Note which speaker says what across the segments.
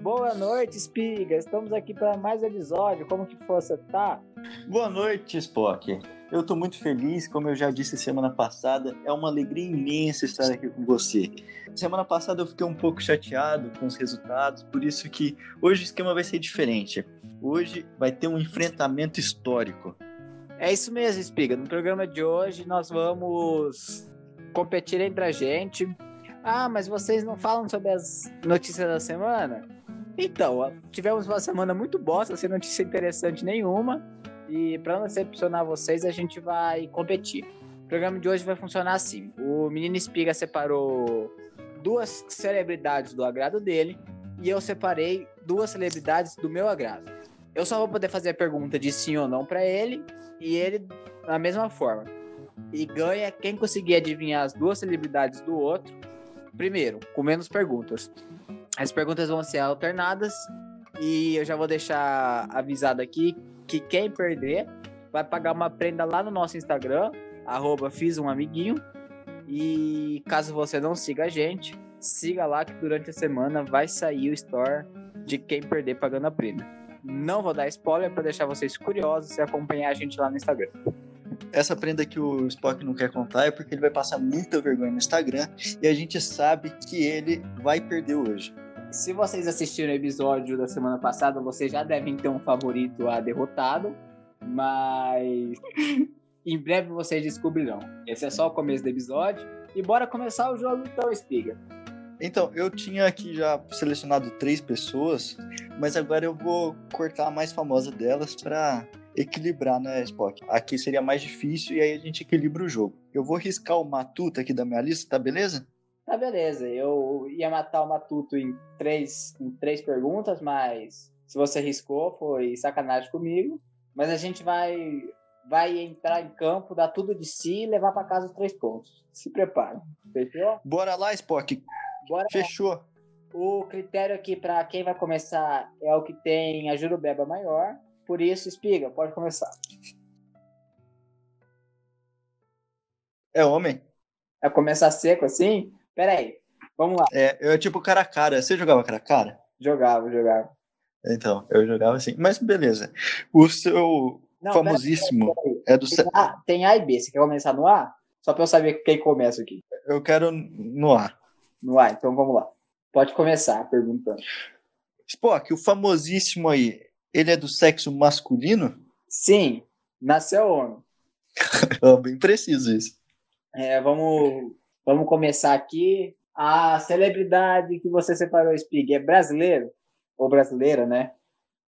Speaker 1: Boa noite, Espiga. Estamos aqui para mais um episódio. Como que você tá?
Speaker 2: Boa noite, Spock. Eu tô muito feliz, como eu já disse semana passada, é uma alegria imensa estar aqui com você. Semana passada eu fiquei um pouco chateado com os resultados, por isso que hoje o esquema vai ser diferente. Hoje vai ter um enfrentamento histórico.
Speaker 1: É isso mesmo, Espiga. No programa de hoje nós vamos competir entre a gente. Ah, mas vocês não falam sobre as notícias da semana? Então, ó, tivemos uma semana muito bosta, sem notícia interessante nenhuma. E para não decepcionar vocês, a gente vai competir. O programa de hoje vai funcionar assim: o menino Espiga separou duas celebridades do agrado dele e eu separei duas celebridades do meu agrado. Eu só vou poder fazer a pergunta de sim ou não para ele e ele da mesma forma. E ganha quem conseguir adivinhar as duas celebridades do outro primeiro, com menos perguntas. As perguntas vão ser alternadas e eu já vou deixar avisado aqui que quem perder vai pagar uma prenda lá no nosso Instagram, arroba fiz um amiguinho. E caso você não siga a gente, siga lá que durante a semana vai sair o store de quem perder pagando a prenda. Não vou dar spoiler para deixar vocês curiosos e acompanhar a gente lá no Instagram
Speaker 2: essa prenda que o Spock não quer contar é porque ele vai passar muita vergonha no Instagram e a gente sabe que ele vai perder hoje.
Speaker 1: Se vocês assistiram o episódio da semana passada, vocês já devem ter um favorito a derrotado, mas em breve vocês descobrirão. Esse é só o começo do episódio e bora começar o jogo então, Espiga.
Speaker 2: Então, eu tinha aqui já selecionado três pessoas, mas agora eu vou cortar a mais famosa delas para equilibrar, né, Spock? Aqui seria mais difícil e aí a gente equilibra o jogo. Eu vou riscar o Matuta aqui da minha lista, tá beleza?
Speaker 1: Tá beleza, eu ia matar o Matuto em três, em três perguntas, mas se você riscou foi sacanagem comigo. Mas a gente vai vai entrar em campo, dar tudo de si e levar para casa os três pontos. Se prepara. Fechou?
Speaker 2: Bora lá, Spock.
Speaker 1: Bora.
Speaker 2: Fechou.
Speaker 1: O critério aqui para quem vai começar é o que tem a jurubeba maior. Por isso, Espiga, pode começar.
Speaker 2: É homem?
Speaker 1: É começar seco assim? Pera aí, vamos lá.
Speaker 2: É, eu é tipo cara a cara. Você jogava cara a cara?
Speaker 1: Jogava, jogava.
Speaker 2: Então, eu jogava assim. Mas beleza. O seu
Speaker 1: Não,
Speaker 2: famosíssimo
Speaker 1: pera aí,
Speaker 2: é
Speaker 1: pera aí.
Speaker 2: do. se-
Speaker 1: Tem A, tem A e B. Você quer começar no A? Só pra eu saber quem começa aqui.
Speaker 2: Eu quero no ar.
Speaker 1: No A, então vamos lá. Pode começar perguntando.
Speaker 2: Spock, o famosíssimo aí, ele é do sexo masculino?
Speaker 1: Sim, nasceu homem.
Speaker 2: É bem preciso isso.
Speaker 1: É, vamos, vamos começar aqui. A celebridade que você separou, Spig, é brasileiro? Ou brasileira, né?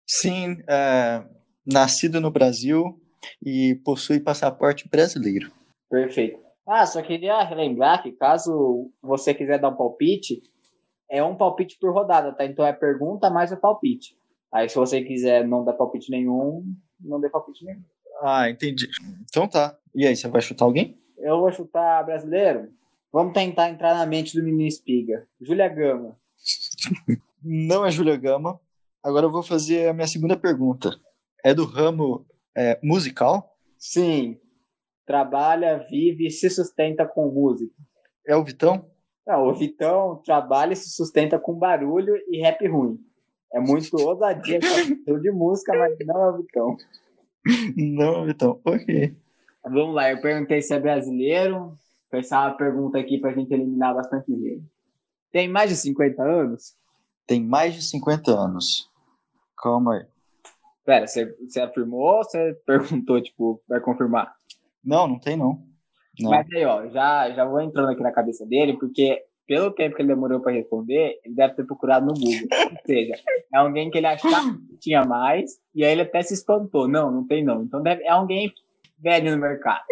Speaker 2: Sim, é, nascido no Brasil e possui passaporte brasileiro.
Speaker 1: Perfeito. Ah, só queria relembrar que caso você quiser dar um palpite, é um palpite por rodada, tá? Então é pergunta mais o palpite. Aí se você quiser não dar palpite nenhum, não dê palpite nenhum.
Speaker 2: Ah, entendi. Então tá. E aí, você vai chutar alguém?
Speaker 1: Eu vou chutar brasileiro. Vamos tentar entrar na mente do menino Espiga. Júlia Gama.
Speaker 2: Não é Júlia Gama. Agora eu vou fazer a minha segunda pergunta. É do ramo é, musical?
Speaker 1: Sim. Trabalha, vive e se sustenta com música.
Speaker 2: É o Vitão?
Speaker 1: Não, o Vitão trabalha e se sustenta com barulho e rap ruim. É muito ousadia falar de música, mas não é o Vitão.
Speaker 2: Não, é o Vitão. Ok.
Speaker 1: Vamos lá, eu perguntei se é brasileiro. Pensar uma pergunta aqui pra gente eliminar bastante gente. Tem mais de 50 anos?
Speaker 2: Tem mais de 50 anos. Calma aí.
Speaker 1: Pera, você, você afirmou ou você perguntou, tipo, vai confirmar?
Speaker 2: Não, não tem não. Não.
Speaker 1: Mas aí, ó, já, já vou entrando aqui na cabeça dele, porque pelo tempo que ele demorou pra responder, ele deve ter procurado no Google. Ou seja, é alguém que ele achava que tinha mais, e aí ele até se espantou. Não, não tem não. Então deve, é alguém velho no mercado.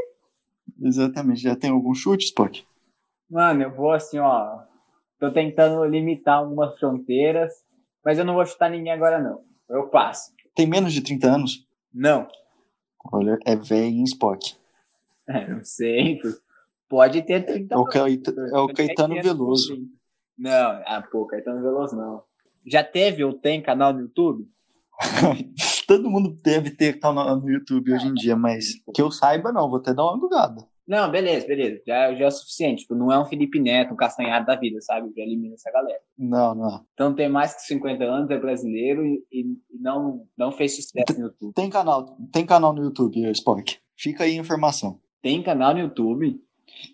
Speaker 2: Exatamente. Já tem algum chute, Spock?
Speaker 1: Mano, eu vou assim, ó. Tô tentando limitar algumas fronteiras, mas eu não vou chutar ninguém agora, não. Eu passo.
Speaker 2: Tem menos de 30 anos?
Speaker 1: Não.
Speaker 2: Olha, é velho em Spock.
Speaker 1: É, não sei. Pode ter 30
Speaker 2: É o, Caet- é o Caetano Veloso.
Speaker 1: Não, ah, pô, Caetano Veloso não. Já teve ou tem canal no YouTube?
Speaker 2: Todo mundo deve ter canal no YouTube hoje em dia, mas que eu saiba, não. Vou até dar uma bugada.
Speaker 1: Não, beleza, beleza. Já, já é o suficiente. Tipo, não é um Felipe Neto, um castanhado da vida, sabe? Já elimina essa galera.
Speaker 2: Não, não.
Speaker 1: Então tem mais que 50 anos, é brasileiro e, e não, não fez sucesso no YouTube.
Speaker 2: Tem canal, tem canal no YouTube, Spock. Fica aí a informação.
Speaker 1: Tem canal no YouTube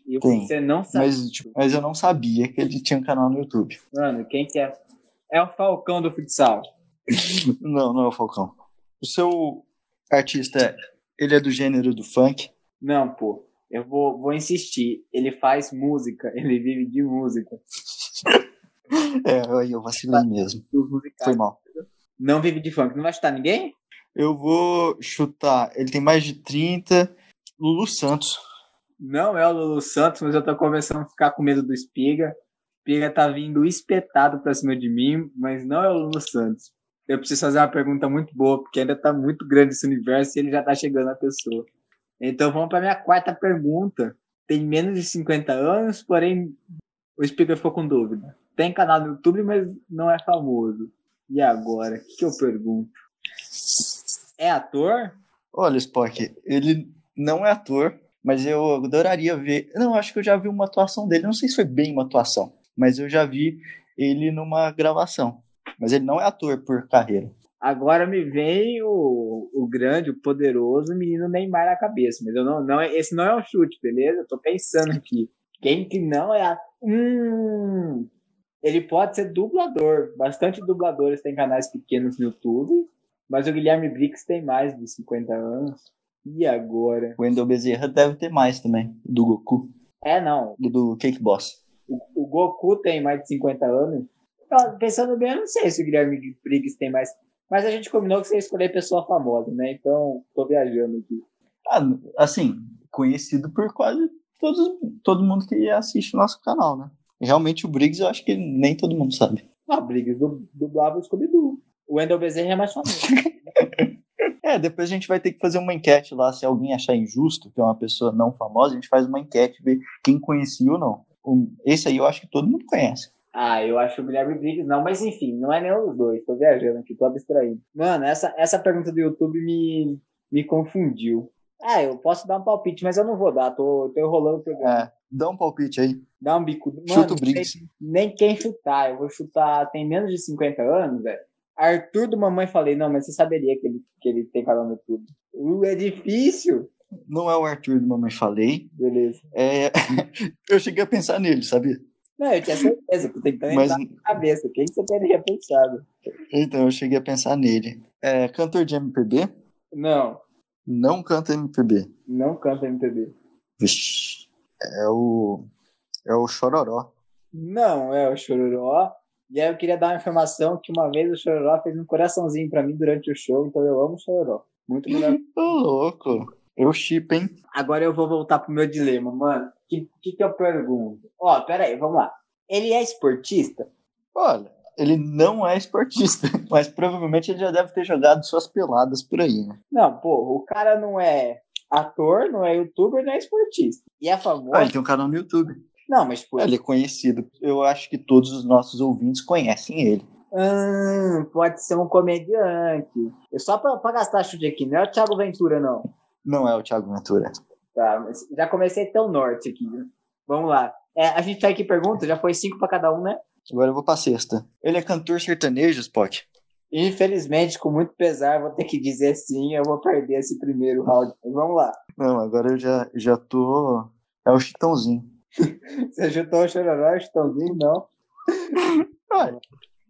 Speaker 1: e
Speaker 2: Tem,
Speaker 1: você não sabe.
Speaker 2: Mas, tipo, mas eu não sabia que ele tinha um canal no YouTube.
Speaker 1: Mano, quem que é? É o Falcão do futsal.
Speaker 2: Não, não é o Falcão. O seu artista, ele é do gênero do funk.
Speaker 1: Não, pô. Eu vou, vou insistir. Ele faz música, ele vive de música.
Speaker 2: É, aí eu vacilei mesmo.
Speaker 1: Dos musicais.
Speaker 2: Foi mal.
Speaker 1: Não vive de funk. Não vai chutar ninguém?
Speaker 2: Eu vou chutar. Ele tem mais de 30. Lulu Santos.
Speaker 1: Não é o Lulu Santos, mas eu tô começando a ficar com medo do Espiga. Espiga tá vindo espetado pra cima de mim, mas não é o Lulu Santos. Eu preciso fazer uma pergunta muito boa, porque ainda tá muito grande esse universo e ele já tá chegando na pessoa. Então vamos pra minha quarta pergunta. Tem menos de 50 anos, porém o Espiga ficou com dúvida. Tem canal no YouTube, mas não é famoso. E agora? O que, que eu pergunto? É ator?
Speaker 2: Olha, Spock, ele não é ator, mas eu adoraria ver. Não, acho que eu já vi uma atuação dele. Não sei se foi bem uma atuação, mas eu já vi ele numa gravação. Mas ele não é ator por carreira.
Speaker 1: Agora me vem o, o grande, o poderoso menino Neymar na cabeça, mas eu não, não é- esse não é um chute, beleza? Eu tô pensando aqui. Quem que não é a... Hum, ele pode ser dublador. Bastante dubladores têm canais pequenos no YouTube, mas o Guilherme Briggs tem mais de 50 anos. E agora?
Speaker 2: O Wendel Bezerra deve ter mais também, do Goku
Speaker 1: É, não.
Speaker 2: e do Cake Boss.
Speaker 1: O, o Goku tem mais de 50 anos. Então, Pensando bem, eu não sei se o Guilherme Briggs tem mais. Mas a gente combinou que você ia escolher pessoa famosa, né? Então, tô viajando aqui.
Speaker 2: Ah, assim, conhecido por quase todos, todo mundo que assiste o nosso canal, né? Realmente o Briggs eu acho que nem todo mundo sabe.
Speaker 1: Ah, Briggs du- dublava o Scooby-Doo. O Wendell Bezerra é mais famoso.
Speaker 2: É, depois a gente vai ter que fazer uma enquete lá, se alguém achar injusto, que é uma pessoa não famosa, a gente faz uma enquete, ver quem conhecia ou não. O- Esse aí eu acho que todo mundo conhece.
Speaker 1: ah, eu acho o Guilherme Briggs não, mas enfim, não é nenhum dos dois. Tô viajando aqui, tô abstraindo. Mano, essa, essa pergunta do YouTube me, me confundiu. Ah, eu posso dar um palpite, mas eu não vou dar. Tô, tô enrolando o programa.
Speaker 2: É, dá um palpite aí.
Speaker 1: Dá um bico. Mano,
Speaker 2: Chuta
Speaker 1: não
Speaker 2: o Briggs.
Speaker 1: tem Nem quem chutar. Eu vou chutar. Tem menos de 50 anos, velho. Arthur do Mamãe falei, não, mas você saberia que ele, que ele tem canal no YouTube. Uh, é difícil.
Speaker 2: Não é o Arthur do Mamãe Falei.
Speaker 1: Beleza.
Speaker 2: É, eu cheguei a pensar nele, sabia?
Speaker 1: Não, eu tinha certeza, tô tentando
Speaker 2: Mas
Speaker 1: entrar na cabeça. Quem que você teria pensado?
Speaker 2: então eu cheguei a pensar nele. É, cantor de MPB?
Speaker 1: Não.
Speaker 2: Não canta MPB.
Speaker 1: Não canta MPB.
Speaker 2: Vixe, é o. É o Chororó.
Speaker 1: Não é o Chororó. E aí eu queria dar uma informação que uma vez o Chororó fez um coraçãozinho pra mim durante o show, então eu amo o Chororó. Muito melhor.
Speaker 2: Ô, louco. Eu chip, hein?
Speaker 1: Agora eu vou voltar pro meu dilema, mano. O que, que, que eu pergunto? Ó, pera aí, vamos lá. Ele é esportista?
Speaker 2: Olha, ele não é esportista, mas provavelmente ele já deve ter jogado suas peladas por aí, né?
Speaker 1: Não, pô, o cara não é ator, não é youtuber, não é esportista. E é famoso?
Speaker 2: Ah, ele tem um canal no YouTube.
Speaker 1: Não, mas tipo,
Speaker 2: Ele é conhecido. Eu acho que todos os nossos ouvintes conhecem ele.
Speaker 1: Ah, pode ser um comediante. Eu só pra, pra gastar chute aqui, não é o Thiago Ventura, não.
Speaker 2: Não é o Thiago Ventura.
Speaker 1: Tá, mas já comecei tão norte aqui. né? Vamos lá. É, a gente tá aqui pergunta, já foi cinco pra cada um, né?
Speaker 2: Agora eu vou pra sexta. Ele é cantor sertanejo, Spock?
Speaker 1: Infelizmente, com muito pesar, vou ter que dizer sim, eu vou perder esse primeiro round. Mas Vamos lá.
Speaker 2: Não, agora eu já, já tô. É o Chitãozinho.
Speaker 1: Você chutou o chororó, o chitãozinho, não.
Speaker 2: Olha,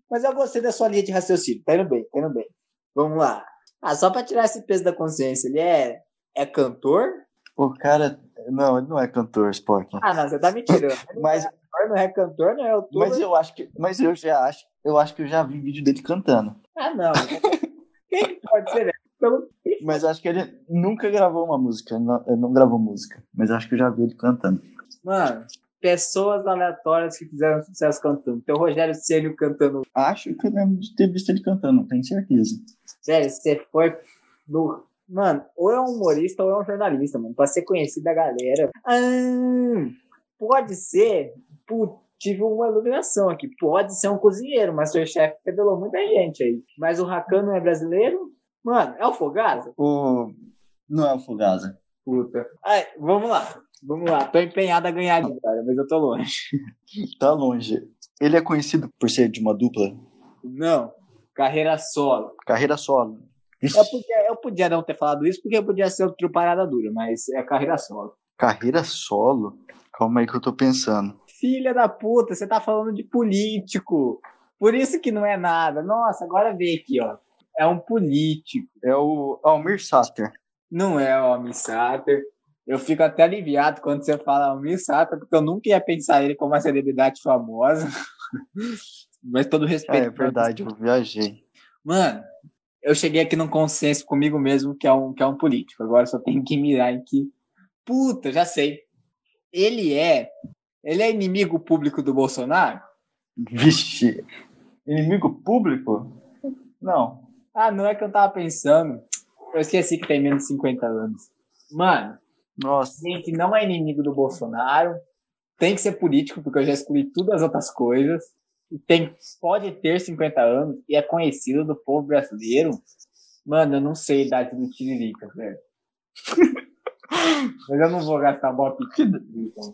Speaker 1: Mas eu gostei da sua linha de raciocínio. Tá indo bem, tá indo bem. Vamos lá. Ah, só pra tirar esse peso da consciência, ele é, é cantor?
Speaker 2: o cara. Não, ele não é cantor, Spock.
Speaker 1: Ah, não, você tá me tirando. Ele
Speaker 2: Mas
Speaker 1: Não é cantor, não é autor.
Speaker 2: Mas eu acho que. Mas eu já acho. Eu acho que eu já vi vídeo dele cantando.
Speaker 1: Ah, não. Quem pode ser, né? Então,
Speaker 2: Mas acho que ele nunca gravou uma música. Ele não, ele não gravou música. Mas acho que eu já vi ele cantando.
Speaker 1: mano, pessoas aleatórias que fizeram sucesso cantando. Tem o Rogério Ceni cantando.
Speaker 2: Acho que eu lembro de ter visto ele cantando, não tenho certeza.
Speaker 1: Sério, você foi no. Mano, ou é um humorista ou é um jornalista, mano. Pra ser conhecido da galera. Ah, pode ser. Putz, tive uma iluminação aqui. Pode ser um cozinheiro, mas seu chefe pedelou muita gente aí. Mas o Rakan não é brasileiro? Mano, é o Fogasa?
Speaker 2: O. Não é o Fugaza.
Speaker 1: Puta. Ai, vamos lá. Vamos lá, tô empenhado a ganhar de cara, mas eu tô longe.
Speaker 2: Tá longe. Ele é conhecido por ser de uma dupla
Speaker 1: Não, carreira solo.
Speaker 2: carreira solo. Vixe,
Speaker 1: Eu podia, eu podia não ter falado isso porque eu podia ser o trio parada dura, mas é carreira solo.
Speaker 2: Carreira solo? Calma aí que eu tô pensando.
Speaker 1: Filha da puta, você tá falando de político. Por isso que não é nada. Nossa, agora vê aqui, ó. É um político.
Speaker 2: É o Almir Sater.
Speaker 1: Não é o Almir Sater. Eu fico até aliviado quando você fala Almir Sater, porque eu nunca ia pensar ele como uma celebridade famosa. Mas todo
Speaker 2: Ah,
Speaker 1: respeito.
Speaker 2: é verdade, eu viajei.
Speaker 1: Mano, eu cheguei aqui num consenso comigo mesmo que é um, que é um político. Agora só tenho que mirar em que. Puta, já sei. Ele é. Ele é inimigo público do Bolsonaro?
Speaker 2: Vixe. Inimigo público? Não.
Speaker 1: Ah, não é que eu tava pensando. Eu esqueci que tem menos de 50 anos. Mano,
Speaker 2: Nossa.
Speaker 1: gente não é inimigo do Bolsonaro. Tem que ser político, porque eu já excluí todas as outras coisas. E Tem, pode ter 50 anos e é conhecido do povo brasileiro. Mano, eu não sei a idade do Tiririca, velho. Mas eu não vou gastar bola pequena. Então.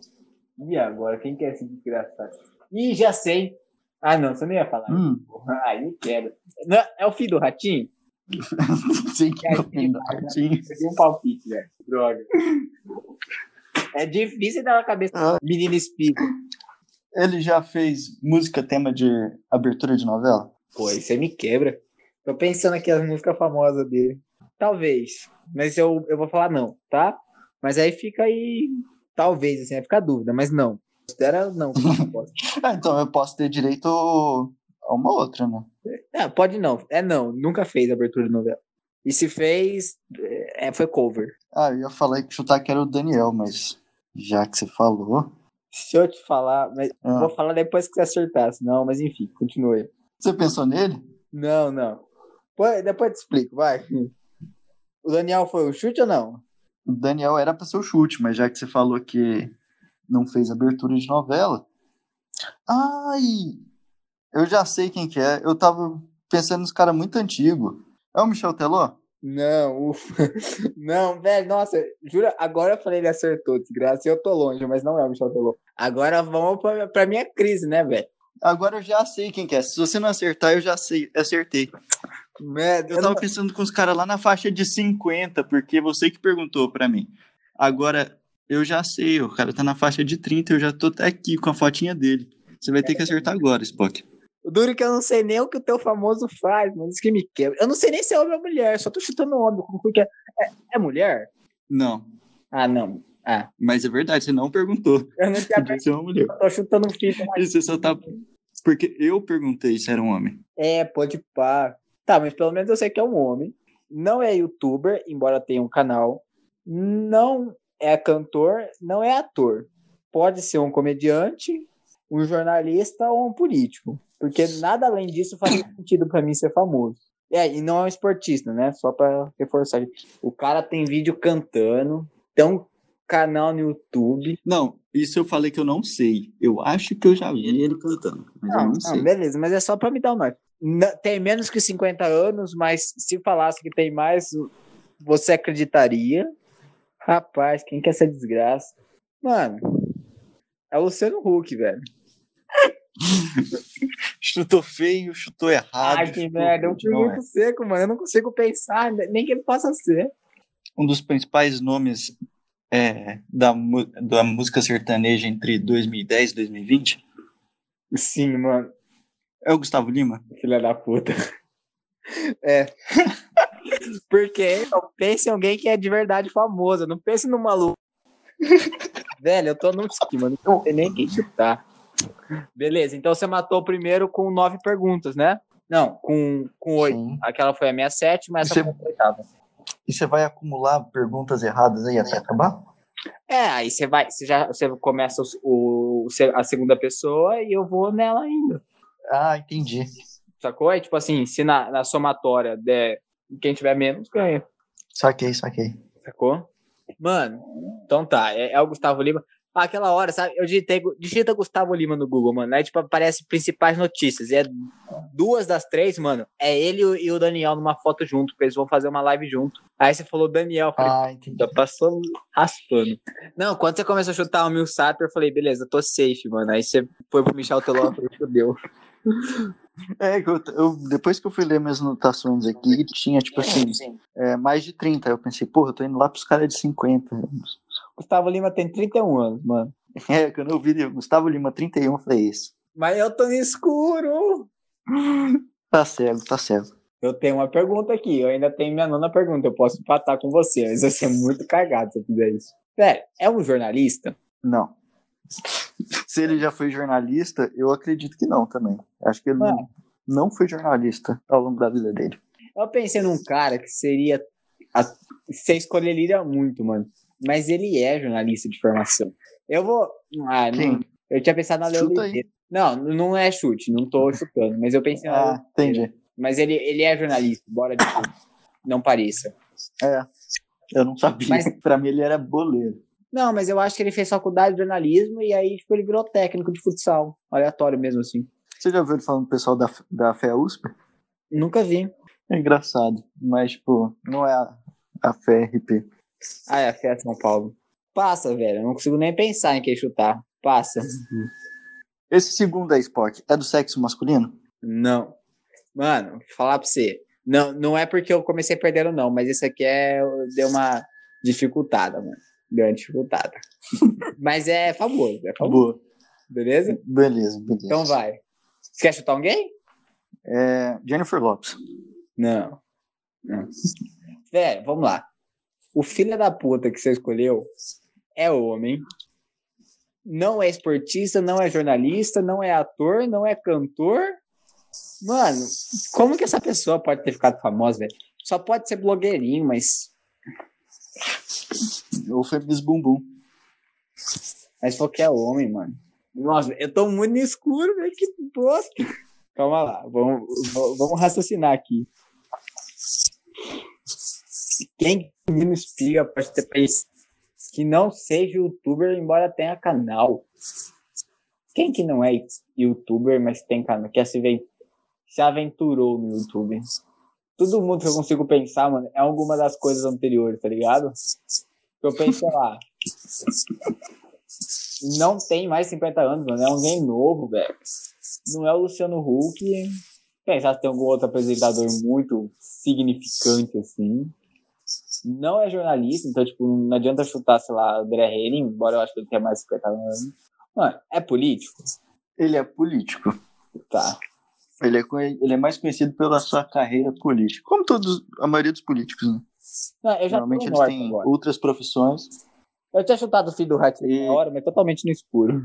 Speaker 1: E agora? Quem quer esse desgraçado? Ih, já sei. Ah, não, você não ia falar.
Speaker 2: Hum,
Speaker 1: Aí quero. Não, é o filho do Ratinho?
Speaker 2: sei que
Speaker 1: É,
Speaker 2: não tem nada.
Speaker 1: Você deu um palpite, velho. Droga. É difícil dar na cabeça do menino espírito.
Speaker 2: Ele já fez música tema de abertura de novela?
Speaker 1: Pô, aí você me quebra. Tô pensando aqui as músicas famosas dele. Talvez. Mas eu, eu vou falar não, tá? Mas aí fica aí. Talvez, assim, vai ficar dúvida, mas não. Considera não. como resposta.
Speaker 2: Ah, então eu posso ter direito a uma outra, né?
Speaker 1: Ah, pode não. É não. Nunca fez abertura de novela. E se fez, é, foi cover.
Speaker 2: Ah, eu ia falar que chutar que era o Daniel, mas já que você falou.
Speaker 1: Se eu te falar, mas
Speaker 2: Ah,
Speaker 1: vou falar depois que você acertar, senão, mas enfim, continue.
Speaker 2: você pensou nele?
Speaker 1: Não, não. Pô, Depois eu te explico, vai. O Daniel foi o chute ou não?
Speaker 2: O Daniel era pra ser o chute, mas já que você falou que não fez abertura de novela. Ai! Eu já sei quem que é. Eu tava pensando nos caras muito antigo. É o Michel Teló?
Speaker 1: Não, ufa. Não, velho, nossa, jura, agora eu falei ele acertou, desgraça, e eu tô longe, mas não é o Michel Teló. Agora vamos pra, pra minha crise, né, velho?
Speaker 2: Agora eu já sei quem que é. Se você não acertar, eu já sei. Acertei.
Speaker 1: Merda,
Speaker 2: Eu,
Speaker 1: eu
Speaker 2: tava
Speaker 1: não-
Speaker 2: pensando com os caras lá na faixa de 50, porque você que perguntou pra mim. Agora, eu já sei, o cara tá na faixa de 30, eu já tô até aqui com a fotinha dele. Você vai ter que acertar agora, Spock.
Speaker 1: O Duro que eu não sei nem o que o teu famoso faz, mano, isso que me quebra. Eu não sei nem se é homem ou mulher, só tô chutando homem, como que é? É, é mulher?
Speaker 2: Não,
Speaker 1: Ah, não. Ah,
Speaker 2: mas é verdade, você não perguntou.
Speaker 1: eu não tinha
Speaker 2: Podia ser uma mulher.
Speaker 1: eu tô chutando um filho, mas...
Speaker 2: E você só tá. Porque eu perguntei se era um homem.
Speaker 1: É, pode pá. Tá, mas pelo menos eu sei que é um homem. Não é youtuber, embora tenha um canal. Não é cantor, não é ator. Pode ser um comediante, um jornalista ou um político. Porque nada além disso faz sentido pra mim ser famoso. É, e não é um esportista, né? Só pra reforçar. O cara tem vídeo cantando, tem um canal no YouTube.
Speaker 2: Não, isso eu falei que eu não sei. Eu acho que eu já vi ele cantando, mas eu
Speaker 1: Não,
Speaker 2: não,
Speaker 1: não,
Speaker 2: sei.
Speaker 1: beleza, mas é só pra me dar o norte. Na- Tem menos que 50 anos, mas se falasse que tem mais, você acreditaria? Rapaz, quem quer essa desgraça? Mano, é o Luciano Huck, velho.
Speaker 2: Chutou feio, chutou errado.
Speaker 1: Ai, que
Speaker 2: chutou-
Speaker 1: merda, eu fui
Speaker 2: Ah, Não, é.
Speaker 1: muito seco, mano. Eu não consigo pensar, né, nem que ele possa ser.
Speaker 2: um dos principais nomes é, da, mu- da música sertaneja entre 2010 e 2020
Speaker 1: Sim, mano,
Speaker 2: é o Gustavo Lima.
Speaker 1: filha da puta. É. Porque eu penso em alguém que é de verdade famoso, eu não pense num maluco. Velho, eu tô no esquema, não sei nem quem chutar. Beleza, então você matou o primeiro com nove perguntas, né? Não, com, com oito.
Speaker 2: Sim.
Speaker 1: Aquela foi a minha sétima, Um essa
Speaker 2: Você-
Speaker 1: foi a oitava.
Speaker 2: E você vai acumular perguntas erradas aí até acabar?
Speaker 1: É, aí você vai, você já você começa os- o, o- a segunda pessoa e eu vou nela ainda.
Speaker 2: Ah, entendi.
Speaker 1: Sacou? É tipo assim, se na, na somatória der quem tiver menos, ganha.
Speaker 2: Saquei, saquei.
Speaker 1: Sacou? Mano, então tá. É, é o Gustavo Lima. Aquela hora, sabe? Eu digitei, digita Gustavo Lima no Google, mano. Aí, tipo, aparece principais notícias. E é duas das três, mano. É ele e o Daniel numa foto junto, porque eles vão fazer uma live junto. Aí você falou Daniel, eu falei,
Speaker 3: Ah, entendi.
Speaker 1: já passou raspando. Não, quando você começou a chutar o Mil Sater, eu falei, beleza, tô safe, mano. Aí você foi pro Michel Teló e falei, fodeu.
Speaker 2: É, que eu, eu- depois que eu fui ler minhas anotações aqui, tinha, tipo assim, é, mais de 30. Aí Eu pensei, porra, eu tô indo lá pros caras de 50 anos.
Speaker 1: Gustavo Lima tem 31 anos, mano.
Speaker 2: É, quando eu vi Gustavo Lima 31, eu falei, isso.
Speaker 1: Mas eu tô no escuro.
Speaker 2: Tá cego, tá cego.
Speaker 1: Eu tenho uma pergunta aqui, eu ainda tenho minha nona pergunta, eu posso empatar com você, mas vai ser muito cagado se eu fizer isso. Velho, é um jornalista?
Speaker 2: Não. Se ele já foi jornalista, eu acredito que não também. Acho que ele
Speaker 1: Ah.
Speaker 2: não, não foi jornalista ao longo da vida dele.
Speaker 1: Eu pensei num cara que seria. A... Você escolheria muito, mano. Mas ele é jornalista de formação. Eu vou. Ah, não-
Speaker 2: Quem?
Speaker 1: Eu tinha pensado na Léo
Speaker 2: Chuta aí.
Speaker 1: Oliveira. Não, não é chute, não tô chutando, mas eu pensei na.
Speaker 2: Ah, entendi.
Speaker 1: Mas ele, ele é jornalista, bora de tudo. Não pareça.
Speaker 2: Eu não sabia.
Speaker 1: Mas-
Speaker 2: Pra mim ele era boleiro.
Speaker 1: Não, mas eu acho que ele fez faculdade de jornalismo e aí tipo, ele virou técnico de futsal. Aleatório mesmo assim.
Speaker 2: Você já ouviu ele falando do pessoal da, da FEA USP?
Speaker 1: Nunca vi.
Speaker 2: É engraçado. Mas, tipo, não é a, a FERP.
Speaker 1: Ah, é, a Fiat São Paulo. Passa, velho. Eu não consigo nem pensar em quem chutar. Passa.
Speaker 2: Esse segundo aí, Spock, é do sexo masculino?
Speaker 1: Não. Mano, vou falar pra você. Não, não é porque eu comecei perdendo, não, mas isso aqui é. Deu uma dificultada, mano. Deu uma dificultada. mas é famoso, é famoso.
Speaker 2: Boa.
Speaker 1: Beleza?
Speaker 2: Beleza, beleza.
Speaker 1: Então vai. Você quer chutar um alguém?
Speaker 2: É, Jennifer Lopes.
Speaker 1: Não. Não. Velho, vamos lá. O filho da puta que você escolheu é homem. Não é esportista, não é jornalista, não é ator, não é cantor. Mano, como que essa pessoa pode ter ficado famosa, velho? Só pode ser blogueirinho, mas.
Speaker 2: Ou Feminis Bumbum.
Speaker 1: Mas falou que é homem, mano. Nossa, eu tô muito no escuro, velho. Que bosta. Calma lá, vamos, v- vamos raciocinar aqui. Quem que me inspira pode ter país que não seja youtuber, embora tenha canal? Quem que não é youtuber, mas tem canal, que se ven- se aventurou no YouTube? Todo mundo que eu consigo pensar, mano, é alguma das coisas anteriores, tá ligado? Eu penso, sei lá, não tem mais 50 anos, mano. É alguém novo, velho. Não é o Luciano Huck. Pensar se tem algum outro apresentador muito significante, assim. Não é jornalista, então, tipo, não adianta chutar, sei lá, André Henning, embora eu acho que ele tenha mais 50 anos. Mano, é político?
Speaker 2: Ele é político.
Speaker 1: Tá.
Speaker 2: Ele é, conhe- ele é mais conhecido pela sua carreira política. Como todos, a maioria dos políticos, né?
Speaker 1: Não, eu já
Speaker 2: Normalmente
Speaker 1: tô
Speaker 2: eles
Speaker 1: morto
Speaker 2: têm
Speaker 1: agora.
Speaker 2: outras profissões.
Speaker 1: Eu tinha chutado o filho do Ratinho
Speaker 2: E-
Speaker 1: na hora, mas totalmente no escuro.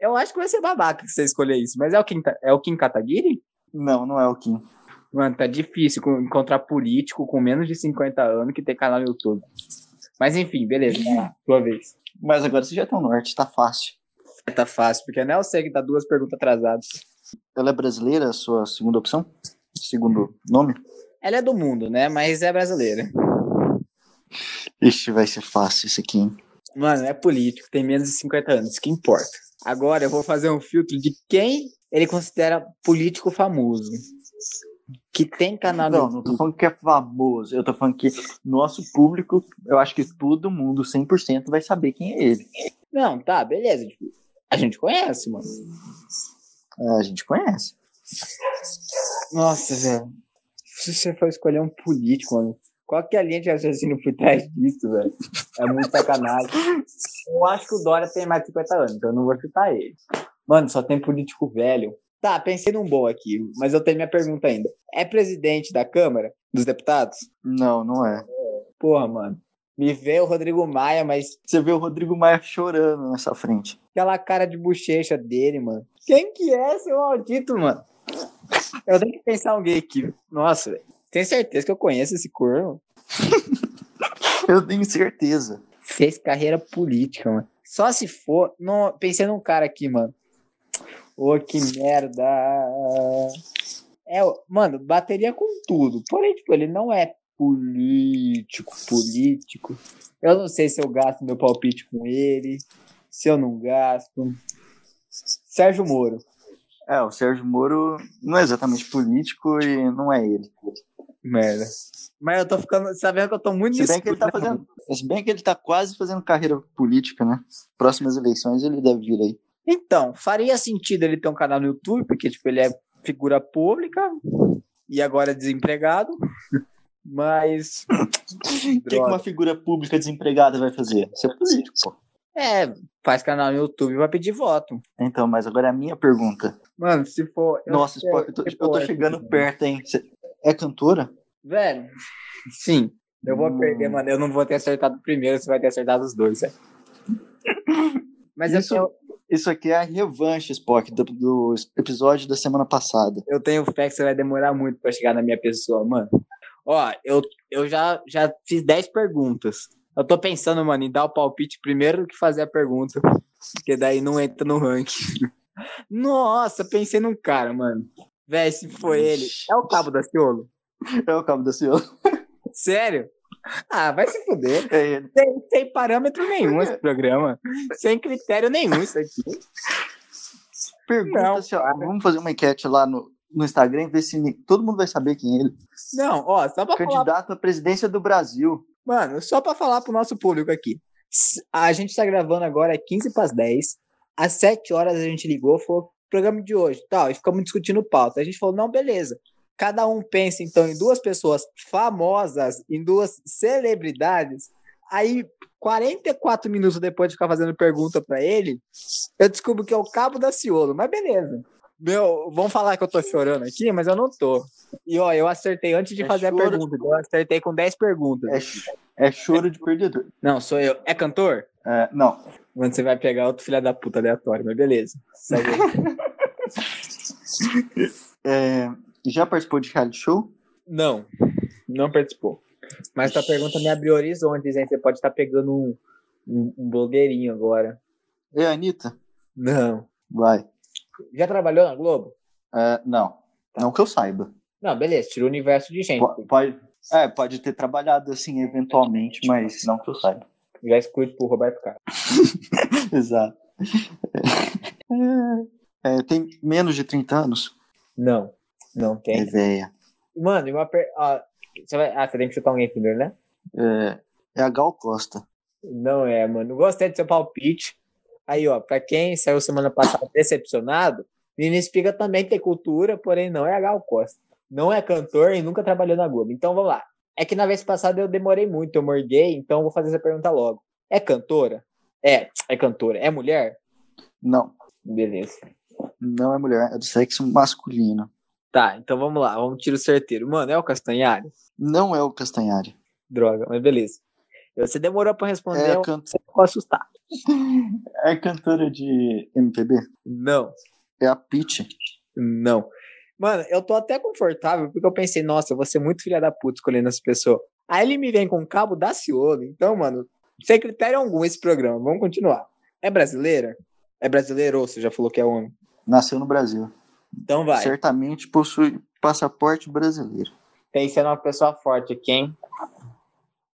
Speaker 1: Eu acho que vai ser babaca se você escolher isso, mas é o Kim, Ta- é o Kim Kataguiri?
Speaker 2: Não, não é o Kim.
Speaker 1: Mano, tá difícil com- encontrar político com menos de 50 anos que tem canal no YouTube. Mas enfim, beleza, vai lá, tua vez.
Speaker 2: Mas agora você já tá no norte, tá fácil.
Speaker 1: Tá fácil, porque não é o sei que tá duas perguntas atrasadas.
Speaker 2: Ela é brasileira, a sua segunda opção? Segundo nome?
Speaker 1: Ela é do mundo, né? Mas é brasileira.
Speaker 2: Ixi, vai ser fácil isso aqui, hein?
Speaker 1: Mano, é político, tem menos de 50 anos, que importa. Agora eu vou fazer um filtro de quem ele considera político famoso. Que tem canal no
Speaker 2: Não, não tô falando que é famoso. Eu tô falando que nosso público, eu acho que todo mundo, 100%, vai saber quem é ele.
Speaker 1: Não, tá, beleza. tipo, a gente conhece, mano.
Speaker 2: É, A gente conhece.
Speaker 1: Nossa, velho. Se você for escolher um político, mano, qual que é a linha de raciocínio por trás disso, velho? É muito sacanagem. Eu acho que o Dória tem mais de 50 anos, então eu não vou chutar ele. Mano, só tem político velho. Tá, pensei num bom aqui, mas eu tenho minha pergunta ainda. É presidente da Câmara dos Deputados?
Speaker 2: Não, não é.
Speaker 1: Porra, mano. Me vê o Rodrigo Maia, mas
Speaker 2: Você vê o Rodrigo Maia chorando nessa frente.
Speaker 1: aquela cara de bochecha dele, mano. Quem que é, seu maldito, mano? Eu tenho que pensar alguém aqui. Nossa, velho. Tem certeza que eu conheço esse corno?
Speaker 2: Eu tenho certeza.
Speaker 1: fez carreira política, mano. Só se for. Não, pensei num cara aqui, mano. Ô, que merda. É, ó, mano, bateria com tudo. Porém, tipo, ele não é político, político. Eu não sei se eu gasto meu palpite com ele. se eu não gasto. Sérgio Moro.
Speaker 2: É, o Sérgio Moro não é exatamente político e não é ele.
Speaker 1: Merda. Mas eu tô ficando. Sabendo que eu tô muito
Speaker 2: Se bem que ele tá
Speaker 1: escuro, né?
Speaker 2: fazendo. Se bem que ele tá quase fazendo carreira política, né? Próximas eleições ele deve vir aí.
Speaker 1: Então, faria sentido ele ter um canal no YouTube, porque tipo, ele é figura pública e agora é desempregado. Mas.
Speaker 2: O que, que uma figura pública desempregada vai fazer? Ser político, pô.
Speaker 1: É, faz canal no YouTube vai pedir voto.
Speaker 2: Então, mas agora a minha pergunta.
Speaker 1: Mano, se for. eu-
Speaker 2: Nossa, Spock, eu tô, eu tô
Speaker 1: é,
Speaker 2: chegando perto, hein? Você é cantora?
Speaker 1: Velho, sim. Eu vou
Speaker 2: Hum.
Speaker 1: perder, mano. Eu não vou ter acertado o primeiro, você vai ter acertado os dois, velho. Mas eu
Speaker 2: Isso-
Speaker 1: tenho-
Speaker 2: Isso aqui é a revanche, Spock, do, do episódio da semana passada.
Speaker 1: eu tenho fé que você vai demorar muito pra chegar na minha pessoa, mano. Ó, eu, eu já, já fiz 10 perguntas. Eu tô pensando, mano, em dar o palpite primeiro que fazer a pergunta. Porque daí não entra no ranking. Nossa, pensei num cara, mano. Véi, se foi ele. É o Cabo da Ciolo?
Speaker 2: É o cabo da senhora.
Speaker 1: Sério? Ah, vai se fuder.
Speaker 2: É ele.
Speaker 1: Sem, sem parâmetro nenhum esse programa. Sem critério nenhum isso aqui.
Speaker 2: Pergunta
Speaker 1: Não,
Speaker 2: se, ó, vamos fazer uma enquete lá no, no Instagram e ver se ni- todo mundo vai saber quem é ele.
Speaker 1: Não, ó, só pra falar
Speaker 2: Candidato à presidência do Brasil.
Speaker 1: Mano, só pra falar pro nosso público aqui. S- A gente tá gravando agora é 15 para 10. Às 7 horas a gente ligou, falou programa de hoje, tal, e ficamos discutindo pauta. A gente falou, não, beleza. Cada um pensa então em duas pessoas famosas, em duas celebridades. Aí 44 minutos depois de ficar fazendo pergunta pra ele, eu descubro que é o Cabo da Ciolo, mas beleza. Meu, vão falar que eu tô chorando aqui, mas eu não tô. E ó, eu acertei antes de
Speaker 2: É
Speaker 1: fazer a
Speaker 2: choro-
Speaker 1: pergunta, então eu acertei com 10 perguntas.
Speaker 2: É, ch- é choro de perdedor.
Speaker 1: Não, sou eu. É cantor?
Speaker 2: É, não.
Speaker 1: Mano, você vai pegar outro filho da puta aleatório, mas beleza. Segue aí.
Speaker 2: É, já participou de reality show?
Speaker 1: não, não participou. Mas tua pergunta me abriu horizontes, hein? Você pode estar pegando um, um, um blogueirinho agora.
Speaker 2: É a Anitta?
Speaker 1: Não.
Speaker 2: Vai.
Speaker 1: Já trabalhou na Globo?
Speaker 2: É, não. Não que eu saiba.
Speaker 1: Não, beleza, tira o universo de gente.
Speaker 2: Po- Pode, é, pode ter trabalhado assim eventualmente, mas não que eu saiba.
Speaker 1: Já exclui pro Roberto Carlos.
Speaker 2: Exato. É, tem menos de 30 anos?
Speaker 1: Não, não
Speaker 2: É
Speaker 1: tem.
Speaker 2: véia.
Speaker 1: Mano, e uma per... ó, você vai... Ah, você tem que chutar alguém primeiro, né?
Speaker 2: É, é a Gal Costa.
Speaker 1: Não é, mano. Gostei do seu palpite. Aí, ó, pra quem saiu semana passada decepcionado, Nina Espiga também tem cultura, porém não é a Gal Costa. Não é cantor e nunca trabalhou na Globo. Então vamos lá. É que na vez passada eu demorei muito, eu morguei, então eu vou fazer essa pergunta logo. É cantora? É, é cantora. É mulher?
Speaker 2: Não,
Speaker 1: Beleza.
Speaker 2: não é mulher, é do sexo masculino.
Speaker 1: Tá, então vamos lá, vamos tirar o certeiro. Mano, é o Castanhari?
Speaker 2: Não é o Castanhari.
Speaker 1: Droga, mas beleza. Você demorou pra responder,
Speaker 2: É,
Speaker 1: eu
Speaker 2: can-
Speaker 1: ficou assustado.
Speaker 2: é cantora de MPB?
Speaker 1: Não.
Speaker 2: É a Pitty.
Speaker 1: Não. Mano, eu tô até confortável porque eu pensei, nossa, eu vou ser muito filha da puta escolhendo essa pessoa. Aí ele me vem com o cabo da Ciolo. Então, mano, sem critério algum esse programa. Vamos continuar. É brasileira? É brasileiro ou você já falou que é homem?
Speaker 2: Nasceu no Brasil.
Speaker 1: Então vai.
Speaker 2: Certamente possui passaporte brasileiro.
Speaker 1: Tem sendo uma pessoa forte aqui, hein?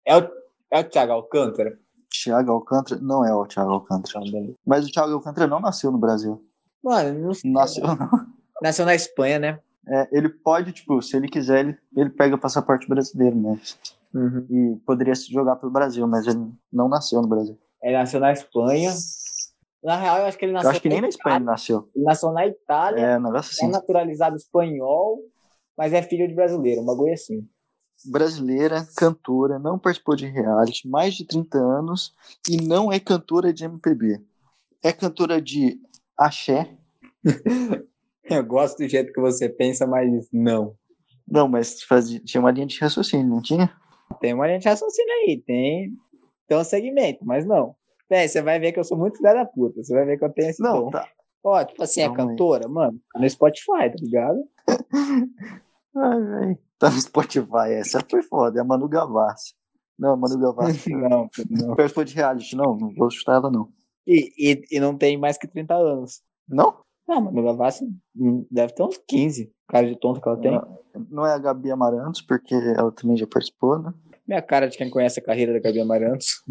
Speaker 1: É o, é o Thiago Alcântara?
Speaker 2: Tiago Alcântara não é o Tiago Alcântara.
Speaker 1: Não, beleza.
Speaker 2: Mas o Tiago Alcântara não nasceu no Brasil.
Speaker 1: Mano, não sei.
Speaker 2: Nasceu, não.
Speaker 1: Nasceu na Espanha, né?
Speaker 2: É, ele pode, tipo, se ele quiser, ele, ele pega passaporte brasileiro, né?
Speaker 1: Uhum.
Speaker 2: E poderia se jogar pelo Brasil, mas ele não nasceu no Brasil.
Speaker 1: Ele nasceu na Espanha. Na real, eu acho que ele nasceu
Speaker 2: Eu acho que nem
Speaker 1: na
Speaker 2: na Espanha ele nasceu.
Speaker 1: Itália. Ele nasceu na Itália.
Speaker 2: É, um negócio
Speaker 1: é
Speaker 2: assim.
Speaker 1: naturalizado espanhol, mas é filho de brasileiro, um bagulho assim.
Speaker 2: brasileira, cantora, não participou de reality, mais de 30 anos e não é cantora de MPB. É cantora de axé.
Speaker 1: Eu gosto do jeito que você pensa, mas não.
Speaker 2: Não, mas fazia, tinha uma linha de raciocínio, não tinha?
Speaker 1: Tem uma gente raciocina aí, tem, tem um segmento, mas não. É, você vai ver que eu sou muito filha da puta, você vai ver que eu tenho esse
Speaker 2: Não,
Speaker 1: dom.
Speaker 2: tá.
Speaker 1: Ó, tipo assim, é
Speaker 2: Calma aí.
Speaker 1: cantora, mano, tá no Spotify, tá ligado?
Speaker 2: Ai, véi. tá no Spotify, essa foi foda, é a Manu Gavassi. Não, a Manu Gavassi
Speaker 1: Não, não.
Speaker 2: não participou de reality, não, não vou chutar ela, não.
Speaker 1: E, e, e não tem mais que 30 anos.
Speaker 2: Não?
Speaker 1: Não, mano, Gavassi hum, deve ter uns 15, cara de tonto que ela tem.
Speaker 2: Não, não é a Gabi Amarantos, porque ela também já participou, né?
Speaker 1: Minha cara de quem conhece a carreira da Gabi Amarantos.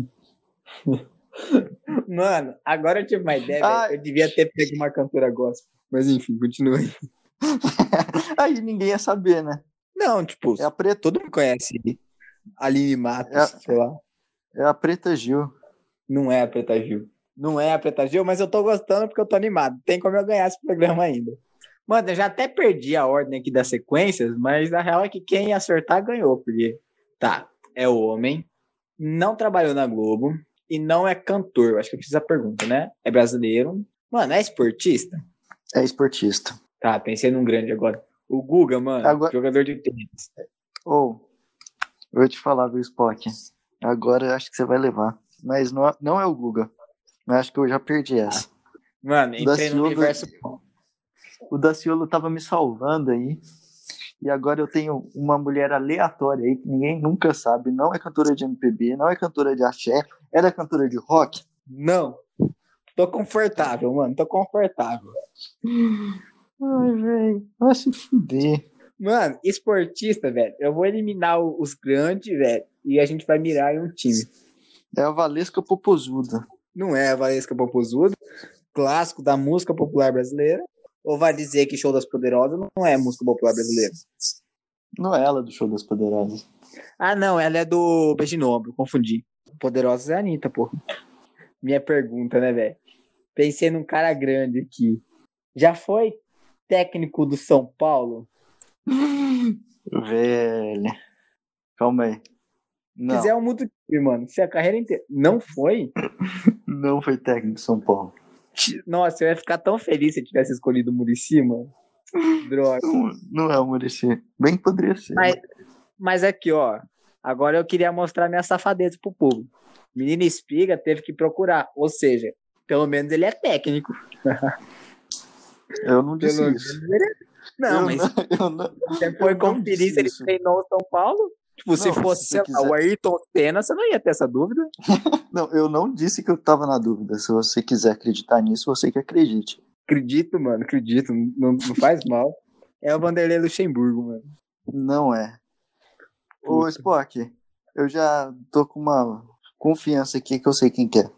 Speaker 1: Mano, agora eu tive uma ideia,
Speaker 2: Ah.
Speaker 1: velho. Eu devia ter pego uma cantora gospel. Mas enfim, continue.
Speaker 2: Aí ninguém ia saber, né?
Speaker 1: Não, tipo,
Speaker 2: É a preta,
Speaker 1: todo mundo conhece Aline Matos, sei lá.
Speaker 2: é a preta Gil.
Speaker 1: Não é a Preta Gil. Não é a Preta Gil, mas eu tô gostando porque eu tô animado. Tem como eu ganhar esse programa ainda. Mano, eu já até perdi a ordem aqui das sequências, mas a real é que quem acertar ganhou, porque tá, é o homem, não trabalhou na Globo e não é cantor. Eu Acho que eu fiz a pergunta, né? É brasileiro. Mano, é esportista?
Speaker 2: É esportista.
Speaker 1: Tá, pensei num grande agora. O Guga, mano,
Speaker 2: Agora-
Speaker 1: jogador de tênis.
Speaker 2: Ou, eu vou te falar, viu, Spock? Agora eu acho que você vai levar. Mas não, não é o Guga. Eu acho que eu já perdi essa.
Speaker 1: Mano,
Speaker 2: Da
Speaker 1: entrei no
Speaker 2: Silva-
Speaker 1: universo.
Speaker 2: O Daciolo tava me salvando aí. E agora eu tenho uma mulher aleatória aí que ninguém nunca sabe. Não é cantora de MPB, não é cantora de axé. Ela é cantora de rock.
Speaker 1: Não. Tô confortável, mano. Tô confortável.
Speaker 2: Ai, velho. Vai se fuder.
Speaker 1: Mano, esportista, velho. Eu vou eliminar o- os grandes, velho. E a gente vai mirar em um time.
Speaker 2: É a Valesca Popozuda.
Speaker 1: Não é a Valesca Popozuda, clássico da música popular brasileira. Ou vai dizer que Show das Poderosas não é música popular brasileira?
Speaker 2: Não é ela do Show das Poderosas.
Speaker 1: Ah, não, ela é do Beijo no Ombro, confundi. Poderosas é a Anitta, pô. Minha pergunta, né, velho? Pensei num cara grande aqui. Já foi técnico do São Paulo?
Speaker 2: Velho. Calma aí.
Speaker 1: Se
Speaker 2: Não,
Speaker 1: Fizer um muito time, mano. Se a carreira inteira. Não foi?
Speaker 2: não foi técnico de São Paulo.
Speaker 1: Ti- Nossa, eu ia ficar tão feliz se eu tivesse escolhido o Murici, mano. Droga.
Speaker 2: Não, não é o Murici. Bem que poderia ser. né?
Speaker 1: Mas- Mas aqui, ó. Agora eu queria mostrar minha safadeza pro público. Menino Espiga teve que procurar. Ou seja, pelo menos ele é técnico.
Speaker 2: Eu não disse
Speaker 1: Pelo
Speaker 2: isso.
Speaker 1: menos ele é- Não,
Speaker 2: eu
Speaker 1: mas
Speaker 2: Não, eu não-
Speaker 1: você foi
Speaker 2: eu não
Speaker 1: conferir
Speaker 2: disse
Speaker 1: se ele
Speaker 2: isso.
Speaker 1: treinou o São Paulo? Tipo, se
Speaker 2: Não,
Speaker 1: fosse
Speaker 2: se
Speaker 1: sei lá,
Speaker 2: quiser.
Speaker 1: o Ayrton Senna, você não ia ter essa dúvida.
Speaker 2: não, eu não disse que eu tava na dúvida. Se você quiser acreditar nisso, você que acredite.
Speaker 1: Acredito, mano, acredito. Não, não faz mal. É o Vanderlei Luxemburgo, mano.
Speaker 2: Não é. Ô,
Speaker 1: Puta.
Speaker 2: Spock, eu já tô com uma confiança aqui que eu sei quem que é.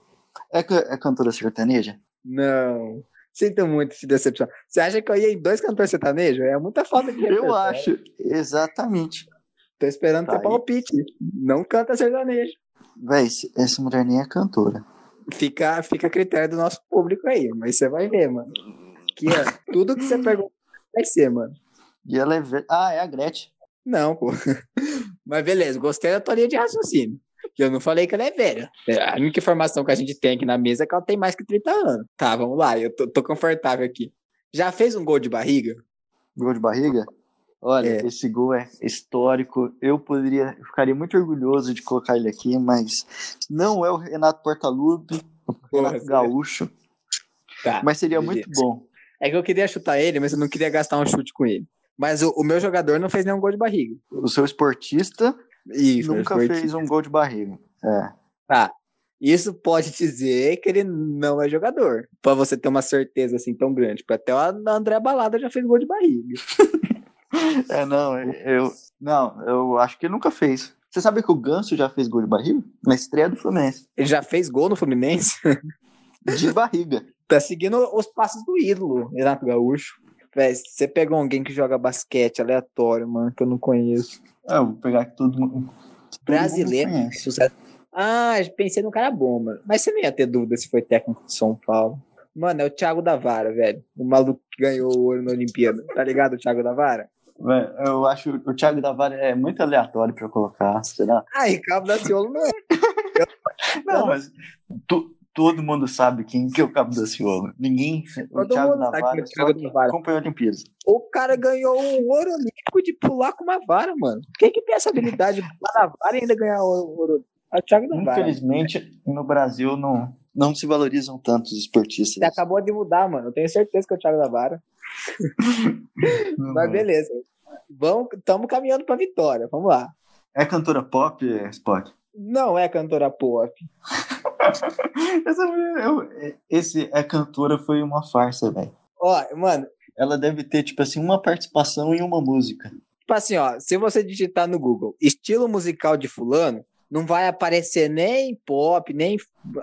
Speaker 2: É, ca- é cantora sertaneja?
Speaker 1: Não. Sinto muito se decepcionar. Você acha que eu ia em dois cantores sertanejos? É muita falta de
Speaker 2: Eu
Speaker 1: repertório.
Speaker 2: acho. Exatamente.
Speaker 1: Tô esperando
Speaker 2: Tá
Speaker 1: teu
Speaker 2: aí.
Speaker 1: palpite. Não canta sertanejo.
Speaker 2: Véi, esse- essa mulher nem é cantora.
Speaker 1: Fica, fica a critério do nosso público aí, mas você vai ver, mano. Que ó, tudo que você pergunta vai ser, mano.
Speaker 2: E ela é. ve- Ah, é a Gretchen.
Speaker 1: Não, pô. Mas beleza, gostei da tua linha de raciocínio. Que eu não falei que ela é velha. É, A única informação que a gente tem aqui na mesa é que ela tem mais que 30 anos. Tá, vamos lá, eu tô, tô confortável aqui. Já fez um gol de barriga?
Speaker 2: Gol de barriga? Olha,
Speaker 1: É.
Speaker 2: esse gol é histórico. Eu poderia, eu ficaria muito orgulhoso de colocar ele aqui, mas não é o Renato Portaluppi, o
Speaker 1: Porra, é
Speaker 2: Renato Gaúcho,
Speaker 1: tá.
Speaker 2: mas seria
Speaker 1: beleza.
Speaker 2: muito bom.
Speaker 1: É que eu queria chutar ele, mas eu não queria gastar um chute com ele. Mas o, o meu jogador não fez nenhum gol de barriga.
Speaker 2: O seu esportista
Speaker 1: E foi-
Speaker 2: nunca
Speaker 1: foi-
Speaker 2: fez um gol de barriga. É.
Speaker 1: Tá. Isso pode dizer que ele não é jogador. Pra você ter uma certeza assim tão grande. Porque até o André Balada já fez gol de barriga.
Speaker 2: É, não, eu não, eu acho que nunca fez. Você sabe que o Ganso já fez gol de barriga? Na estreia do Fluminense.
Speaker 1: Ele já fez gol no Fluminense.
Speaker 2: De barriga.
Speaker 1: tá seguindo os passos do ídolo, Renato Gaúcho. Véi, você pegou alguém que joga basquete aleatório, mano, que eu não conheço.
Speaker 2: Ah, eu vou pegar aqui todo mundo.
Speaker 1: Brasileiro.
Speaker 2: Todo mundo conhece.
Speaker 1: Sucesso. Ah, pensei num cara bom, mano. Mas você não ia ter dúvida se foi técnico de São Paulo. Mano, é o Thiago da Vara, velho. O maluco que ganhou o ouro na Olimpíada. Tá ligado, o Thiago da Vara?
Speaker 2: Véi, Eu acho o Thiago Davari é muito aleatório pra eu colocar, será?
Speaker 1: Ah, Ricardo Daciolo não é.
Speaker 2: Não, mas to- todo mundo sabe quem que é o Cabo da Ciolo. Ninguém. o
Speaker 1: Todo
Speaker 2: Thiago
Speaker 1: mundo sabe quem é
Speaker 2: Navarro
Speaker 1: o Thiago
Speaker 2: só que
Speaker 1: Navarro.
Speaker 2: acompanhou a Olimpíada.
Speaker 1: O cara ganhou um ouro olímpico de pular com uma vara, mano. Quem que tem essa habilidade de pular na vara e ainda ganhar ouro? ouro? É o Thiago da Vara.
Speaker 2: Infelizmente, no Brasil não, não se valorizam tanto os esportistas.
Speaker 1: Você acabou de mudar, mano. Eu tenho certeza que é o Thiago da Vara.
Speaker 2: Não,
Speaker 1: Mas
Speaker 2: não.
Speaker 1: beleza. Estamos caminhando pra vitória. Vamos lá.
Speaker 2: É cantora pop, Spock?
Speaker 1: Não é cantora pop.
Speaker 2: Essa- eu- esse é cantora foi uma farsa, velho.
Speaker 1: Ó, mano,
Speaker 2: Ela deve ter, tipo assim, uma participação em uma música.
Speaker 1: tipo assim, ó. Se você digitar no Google estilo musical de fulano, não vai aparecer nem pop, nem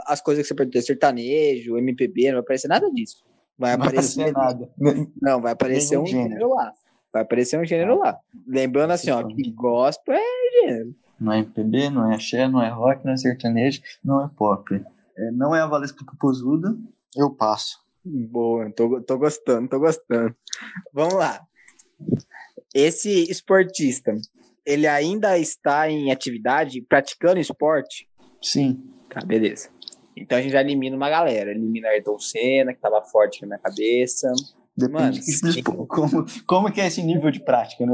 Speaker 1: as coisas que você perguntou, sertanejo, MPB, não vai aparecer nada disso. Vai
Speaker 2: Não vai
Speaker 1: aparecer.
Speaker 2: aparecer nada. Nem-
Speaker 1: Não, vai aparecer
Speaker 2: Nenhum
Speaker 1: um
Speaker 2: gênero. Tá.
Speaker 1: gênero. lá. Vai aparecer um gênero lá. Lembrando assim, ó,
Speaker 2: Sim.
Speaker 1: que gospel é gênero.
Speaker 2: Não é MPB, não é axé, não é rock, não é sertanejo, não é pop. É, não é a Valesca Popozuda. Eu passo.
Speaker 1: Boa, tô, tô gostando, tô gostando. Vamos lá. Esse esportista, ele ainda está em atividade, praticando esporte?
Speaker 2: Sim.
Speaker 1: Tá, beleza. Então a gente já elimina uma galera. Elimina a Ayrton Senna, que tava forte na minha cabeça.
Speaker 2: Depende
Speaker 1: Mano,
Speaker 2: de
Speaker 1: sim.
Speaker 2: como, como que é esse nível de prática, né?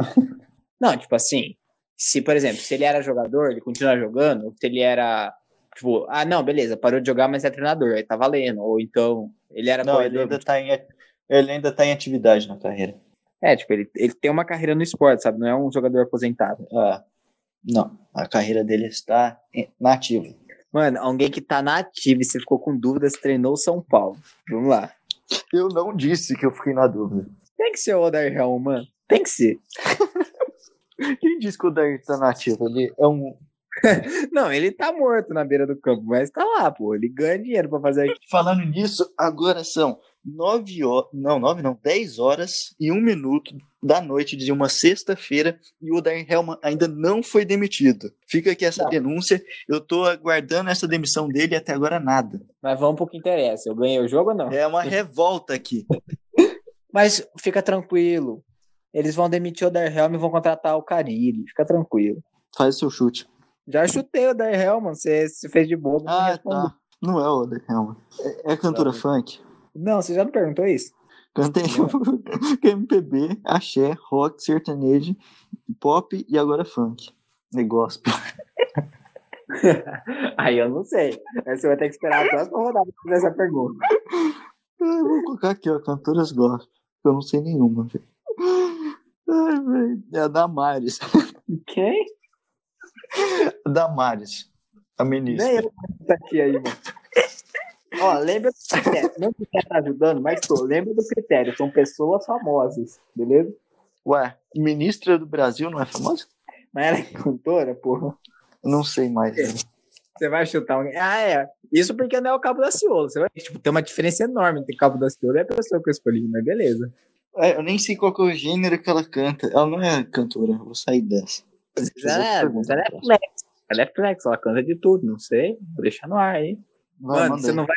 Speaker 1: Não, tipo assim, se, por exemplo, se ele era jogador, ele continua jogando, ou se ele era. Tipo, ah, não, beleza, parou de jogar, mas é treinador, aí tá valendo. Ou então, ele era
Speaker 2: Não, ele
Speaker 1: corredor.
Speaker 2: ainda, tá em, ele ainda tá em atividade na carreira.
Speaker 1: É, tipo, ele, ele tem uma carreira no esporte, sabe? Não é um jogador aposentado.
Speaker 2: Ah, não, a carreira dele está em- na ativa.
Speaker 1: Mano, alguém que tá na ativa e você ficou com dúvidas, treinou o São Paulo. Vamos lá.
Speaker 2: Eu não disse que eu fiquei na dúvida.
Speaker 1: Tem que ser o Odair Helm, mano. Tem que ser.
Speaker 2: Quem disse que o Dair está na ativa? Ele é um.
Speaker 1: Não, ele tá morto na beira do campo, mas tá lá, pô. Ele ganha dinheiro pra fazer
Speaker 2: Falando nisso, agora são nove horas. Não, nove não, 10 horas e um minuto da noite de uma sexta-feira e o Dair Helman ainda não foi demitido. Fica aqui essa
Speaker 1: Não.
Speaker 2: denúncia. Eu tô aguardando essa demissão dele e até agora nada.
Speaker 1: Mas vamos pro que interessa. Eu ganhei o jogo ou não?
Speaker 2: É uma revolta aqui.
Speaker 1: Mas fica tranquilo. Eles vão demitir o Darhelm e vão contratar o Carilli. Fica tranquilo.
Speaker 2: Faz o seu chute.
Speaker 1: Já chutei o Darhelm, você se fez de bobo. não
Speaker 2: Ah,
Speaker 1: respondeu.
Speaker 2: tá. Não é o Dair Helman. É, é cantora
Speaker 1: Tá.
Speaker 2: funk.
Speaker 1: Não, você já não perguntou isso?
Speaker 2: Cantei MPB, axé, rock, sertanejo, pop e agora funk. E gospel.
Speaker 1: Aí eu não sei. Aí você vai ter que esperar a próxima rodada pra fazer essa pergunta.
Speaker 2: Ah, eu vou colocar aqui, ó, cantoras gospel. que Eu não sei nenhuma, velho. Ai, velho. É a Damares.
Speaker 1: Quem?
Speaker 2: A Damares. A ministra.
Speaker 1: Nem eu tá aqui aí, mano. Ó, lembra do critério. Não que você tá ajudando, mas tô. Lembra do critério. São pessoas famosas, beleza?
Speaker 2: Ué, ministra do Brasil não é famosa?
Speaker 1: Mas ela é cantora, porra.
Speaker 2: Eu Não sei mais. velho.
Speaker 1: É. Você vai chutar alguém. Ah, é. Isso porque não é o cabo da Ciolo. Você vai, tipo, tem uma diferença enorme entre cabo da Ciolo e a pessoa que eu escolhi, mas beleza.
Speaker 2: É, eu nem sei qual que é o gênero que ela canta. Ela não é cantora, eu vou sair dessa.
Speaker 1: Ela é, ela é flex. Ela é flex, ela canta de tudo, não sei. Vou deixar no ar aí.
Speaker 2: Vai,
Speaker 1: Mano,
Speaker 2: um manda
Speaker 1: você
Speaker 2: aí.
Speaker 1: não vai.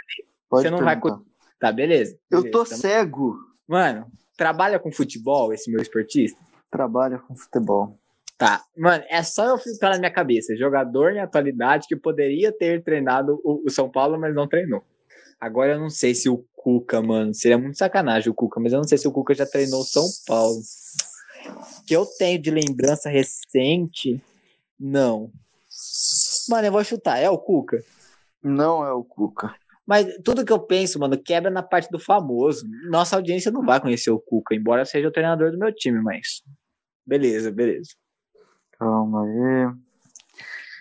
Speaker 2: Pode
Speaker 1: você não vai
Speaker 2: perguntar.
Speaker 1: Tá, beleza.
Speaker 2: Eu
Speaker 1: Beleza,
Speaker 2: tô
Speaker 1: tá-
Speaker 2: cego.
Speaker 1: Mano, trabalha com futebol, esse meu esportista?
Speaker 2: Trabalha com futebol.
Speaker 1: Tá. Mano, é só eu filtrar na minha cabeça. Jogador em atualidade que poderia ter treinado o, o São Paulo, mas não treinou. Agora eu não sei se o Cuca, mano, seria muito sacanagem o Cuca, mas eu não sei se o Cuca já treinou o São Paulo. Que eu tenho de lembrança recente, não. Mano, eu vou chutar, é o Cuca.
Speaker 2: Não é o Cuca.
Speaker 1: Mas tudo que eu penso, mano, quebra na parte do famoso. Nossa audiência não vai conhecer o Cuca, embora seja o treinador do meu time, mas. Beleza, beleza.
Speaker 2: Calma aí.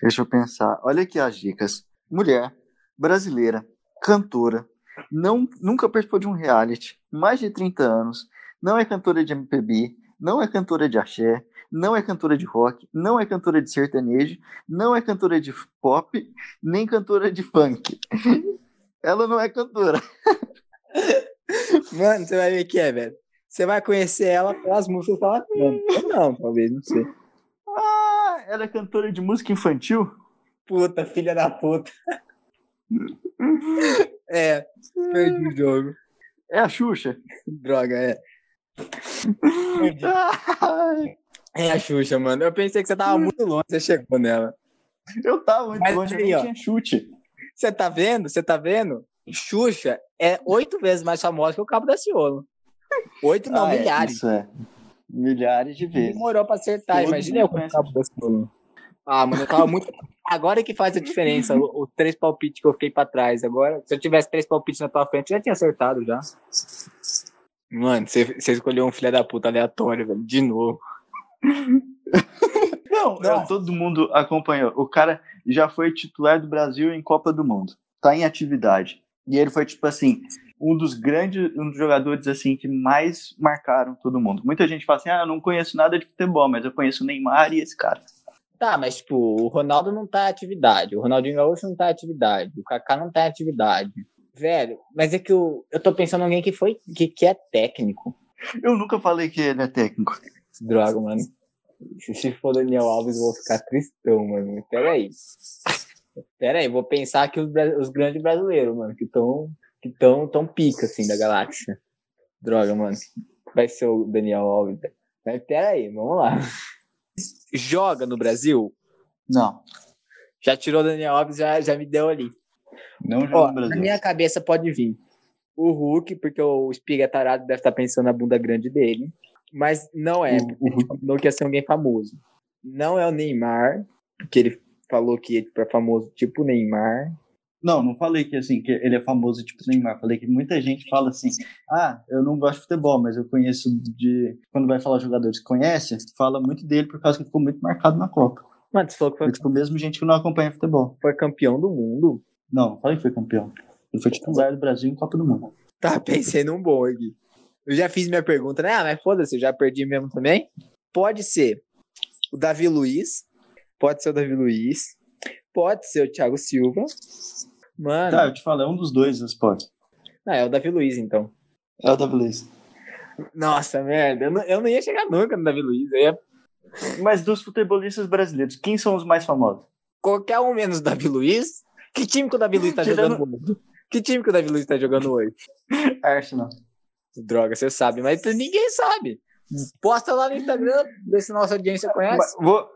Speaker 2: Deixa eu pensar. Olha aqui as dicas. Mulher, brasileira, cantora, não, nunca participou de um reality, mais de 30 anos, não é cantora de MPB, não é cantora de axé, não é cantora de rock, não é cantora de sertanejo, não é cantora de pop, nem cantora de funk. Ela não é cantora.
Speaker 1: Mano, você vai ver que é, velho. Você vai conhecer ela pelas músicas que ela canta. Ou não, talvez, não sei.
Speaker 2: Ah, ela é cantora de música infantil?
Speaker 1: Puta, filha da puta. É, perdi o jogo.
Speaker 2: É a Xuxa?
Speaker 1: Droga, é. Perdi.
Speaker 2: Ai,
Speaker 1: É a Xuxa, mano. Eu pensei que você tava muito longe, você chegou nela.
Speaker 2: eu tava muito
Speaker 1: Mas
Speaker 2: longe, eu
Speaker 1: aí,
Speaker 2: não
Speaker 1: ó.
Speaker 2: tinha chute.
Speaker 1: Você tá vendo? Você tá vendo? Xuxa é oito vezes mais famosa que o Cabo da Ciolo. Oito não,
Speaker 2: Ah, é,
Speaker 1: milhares.
Speaker 2: isso é. Milhares de vezes.
Speaker 1: Demorou pra acertar,
Speaker 2: Todo
Speaker 1: imagina
Speaker 2: mundo
Speaker 1: eu com o Cabo da Ciolo. Ah, mano, eu tava muito... Agora que faz a diferença, o- os três palpites que eu fiquei pra trás. Agora, se eu tivesse três palpites na tua frente, eu já tinha acertado já. Mano, você você escolheu um filho da puta aleatório, velho. De novo.
Speaker 2: Não,
Speaker 1: Não.
Speaker 2: eu- todo mundo acompanhou. O cara já foi titular do Brasil em Copa do Mundo. Tá em atividade. E ele foi, tipo assim, um dos grandes, um dos jogadores, assim, que mais marcaram todo mundo. Muita gente fala assim, ah, eu não conheço nada de futebol, mas eu conheço o Neymar e esse cara.
Speaker 1: Tá, mas tipo, o Ronaldo não tá em atividade, o Ronaldinho Gaúcho não tá em atividade, o Kaká não tá em atividade. Velho, mas é que eu, eu tô pensando em alguém que foi que, que é técnico.
Speaker 2: Eu nunca falei que ele é técnico.
Speaker 1: Droga, mano. Se, se for Daniel Alves, eu vou ficar tristão, mano. Pera aí. Pera aí, vou pensar aqui os, bra- os grandes brasileiros, mano, que tão, que tão, tão pica, assim, da galáxia. Droga, mano. Vai ser o Daniel Alves. Mas pera aí, vamos lá. Joga no Brasil?
Speaker 2: Não,
Speaker 1: Já tirou o Daniel Alves, já, já me deu ali.
Speaker 2: não joga
Speaker 1: Ó,
Speaker 2: no
Speaker 1: na
Speaker 2: Brasil.
Speaker 1: minha cabeça pode vir o Hulk, porque o Espiga Tarado deve estar pensando na bunda grande dele. Mas não é,
Speaker 2: O- o Hulk-
Speaker 1: combinou que ia ser alguém famoso. Não é o Neymar, porque ele falou que ia pra famoso tipo Neymar.
Speaker 2: Não, não falei que assim que ele é famoso tipo Neymar. Falei que muita gente fala assim: "Ah, eu não gosto de futebol, mas eu conheço de quando vai falar jogadores que conhece, fala muito dele por causa que ficou muito marcado na Copa.
Speaker 1: Mano, você falou que foi,
Speaker 2: Foi tipo mesmo gente que não acompanha futebol.
Speaker 1: foi campeão do mundo.
Speaker 2: Não, não falei que foi campeão. Ele foi titular do Brasil em Copa do Mundo.
Speaker 1: Tá, pensei num bom aqui. Eu já fiz minha pergunta, né? Ah, mas foda-se, eu já perdi mesmo também. Pode ser o Davi Luiz. Pode ser o Davi Luiz. Pode ser o Thiago Silva. Mano,
Speaker 2: Tá, eu te falo, é um dos dois, esporte.
Speaker 1: ah, é o Davi Luiz, então.
Speaker 2: É o Luiz.
Speaker 1: Nossa, merda. Eu não, eu não ia chegar nunca no Davi Luiz. Eu ia...
Speaker 2: Mas dos futebolistas brasileiros, quem são os mais famosos?
Speaker 1: Qualquer um menos o Davi Luiz. Que time que o Davi Luiz tá
Speaker 2: Tirando-
Speaker 1: jogando hoje? Que time que o Davi Luiz tá jogando hoje?
Speaker 2: Arsenal.
Speaker 1: Droga, você sabe, mas ninguém sabe. Posta lá no Instagram, vê se nossa audiência conhece.
Speaker 2: Mas vou-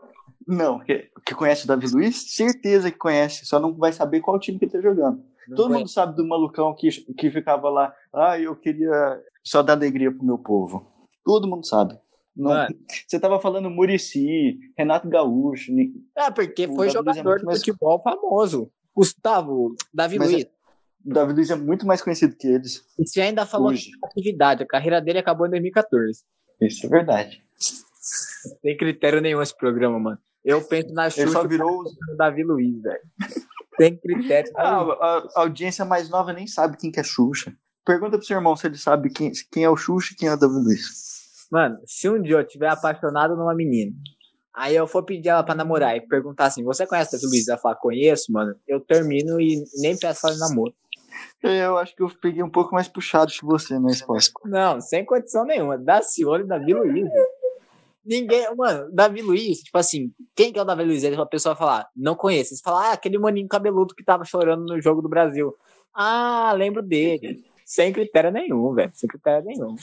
Speaker 2: Não, que, que conhece o Davi Luiz? Certeza que conhece, só não vai saber qual time que ele tá jogando.
Speaker 1: Não
Speaker 2: Todo
Speaker 1: conhece.
Speaker 2: mundo sabe do malucão que, que ficava lá, ah, eu queria só dar alegria pro meu povo. Todo mundo sabe. Não-
Speaker 1: Mano.
Speaker 2: Você tava falando Murici, Renato Gaúcho, Ni-
Speaker 1: É, porque
Speaker 2: O
Speaker 1: foi
Speaker 2: Davi Luiz é
Speaker 1: jogador
Speaker 2: muito
Speaker 1: de
Speaker 2: mais-
Speaker 1: futebol famoso. Gustavo, Davi
Speaker 2: Mas é-
Speaker 1: Luiz.
Speaker 2: o Davi Luiz é muito mais conhecido que eles
Speaker 1: E Você ainda falou de
Speaker 2: hoje.
Speaker 1: atividade. A carreira dele acabou em 2014.
Speaker 2: Isso é verdade.
Speaker 1: Não tem critério nenhum esse programa, mano. Eu penso na
Speaker 2: Ele só
Speaker 1: Xuxa
Speaker 2: virou. os-
Speaker 1: do Davi Luiz, velho. Tem critério.
Speaker 2: Ah, a, a audiência mais nova nem sabe quem que é Xuxa. Pergunta pro seu irmão se ele sabe quem, quem é o Xuxa e quem é o Davi Luiz.
Speaker 1: Mano, se um dia eu tiver apaixonado numa menina, aí eu for pedir ela pra namorar e perguntar assim, você conhece o Davi Luiz? Ela falar, conheço, mano. Eu termino e nem peço ela em namoro.
Speaker 2: Eu acho que eu peguei um pouco mais puxado que você na resposta.
Speaker 1: Não, sem condição nenhuma. Daciolo e Davi Luiz. Ninguém, mano, Davi Luiz, tipo assim, quem que é o Davi Luiz? Ele uma pessoa falar, não conheço. Você fala, ah, aquele maninho cabeludo que tava chorando no jogo do Brasil. Ah, lembro dele. Sem critério nenhum, velho. Sem critério nenhum.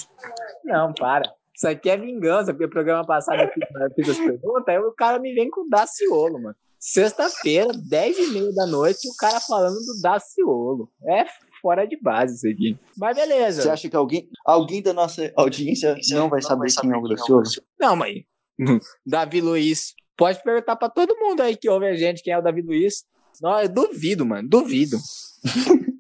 Speaker 1: Não, para. Isso aqui é vingança, porque o programa passado eu fiz, né, eu fiz as perguntas, aí o cara me vem com Daciolo, mano. Sexta-feira, 10 e meia da noite, o cara falando do Daciolo. É fora de base isso aqui. Mas beleza.
Speaker 2: Você acha que alguém, alguém da nossa audiência não vai saber quem é o Gracioso?
Speaker 1: Não, mãe. Davi Luiz. Pode perguntar pra todo mundo aí que ouve a gente quem é o Davi Luiz. Não, eu duvido, mano. Duvido.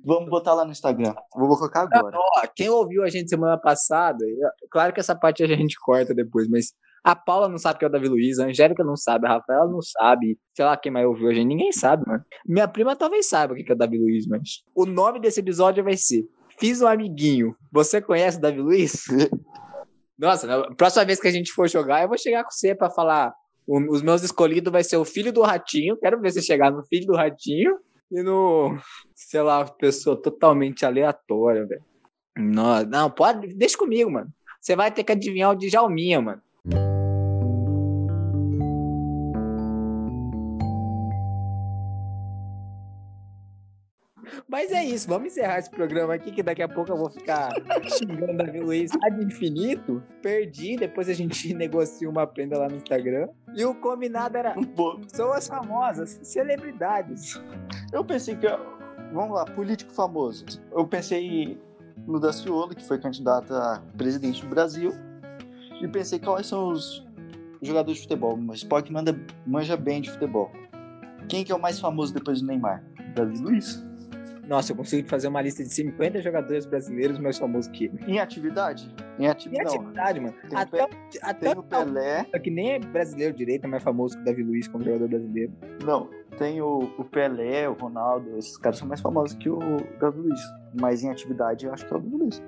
Speaker 2: Vamos botar lá no Instagram. Vou colocar agora.
Speaker 1: Ó, quem ouviu a gente semana passada, eu- claro que essa parte a gente corta depois, mas a Paula não sabe quem é o Davi Luiz, a Angélica não sabe, a Rafaela não sabe, sei lá quem mais ouviu a gente, ninguém sabe, mano. Minha prima talvez saiba o que que é o Davi Luiz, mas o nome desse episódio vai ser Fiz um Amiguinho. Você conhece o Davi Luiz? Nossa, na próxima vez que a gente for jogar, eu vou chegar com você pra falar. o- os meus escolhidos vai ser o filho do ratinho. Quero ver você chegar no filho do ratinho e no, sei lá, pessoa totalmente aleatória, velho. Não, não, pode, deixa comigo, mano. Você vai ter que adivinhar o Djalminha, mano. Mas é isso, vamos encerrar esse programa aqui, que daqui a pouco eu vou ficar xingando Davi Luiz ad infinito. Perdi, depois a gente negocia uma prenda lá no Instagram. E o combinado era
Speaker 2: Boa.
Speaker 1: pessoas famosas, celebridades.
Speaker 2: Eu pensei que. Vamos lá, político famoso. Eu pensei no Daciolo, que foi candidato a presidente do Brasil. E pensei quais são os jogadores de futebol. Mas Spock manda, manja bem de futebol. Quem que é o mais famoso depois do Neymar? Davi Luiz.
Speaker 1: Nossa, eu consigo fazer uma lista de 50 jogadores brasileiros mais famosos que ele.
Speaker 2: Em atividade? Em
Speaker 1: E
Speaker 2: atividade. Não.
Speaker 1: atividade, mano.
Speaker 2: Tem o
Speaker 1: Até, o- até
Speaker 2: Tem
Speaker 1: o
Speaker 2: o Pelé.
Speaker 1: que nem é brasileiro direito, é mais famoso que o Davi Luiz como jogador brasileiro.
Speaker 2: Não, tem o, o Pelé, o Ronaldo, esses caras são mais famosos que o Davi Luiz. Mas em atividade eu acho que é o Davi Luiz.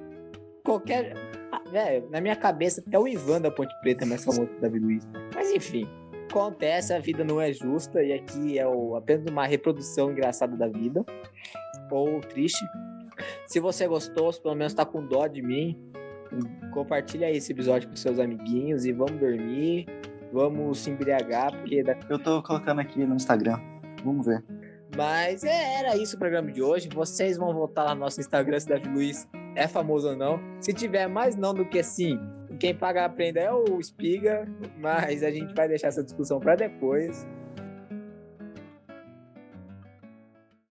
Speaker 1: Qualquer. Ah, velho, na minha cabeça, até o Ivan da Ponte Preta é mais famoso que o Davi Luiz. Mas enfim. Acontece, a vida não é justa e aqui é o- apenas uma reprodução engraçada da vida. Ou triste. Se você gostou, se pelo menos tá com dó de mim, compartilha aí esse episódio com seus amiguinhos e vamos dormir. Vamos se embriagar, porque da
Speaker 2: Eu tô colocando aqui no Instagram. Vamos ver.
Speaker 1: Mas é, era isso o programa de hoje. Vocês vão voltar lá no nosso Instagram se Davi Luiz é famoso ou não. Se tiver mais não do que sim, quem paga a prenda é o Espiga, mas a gente vai deixar essa discussão para depois.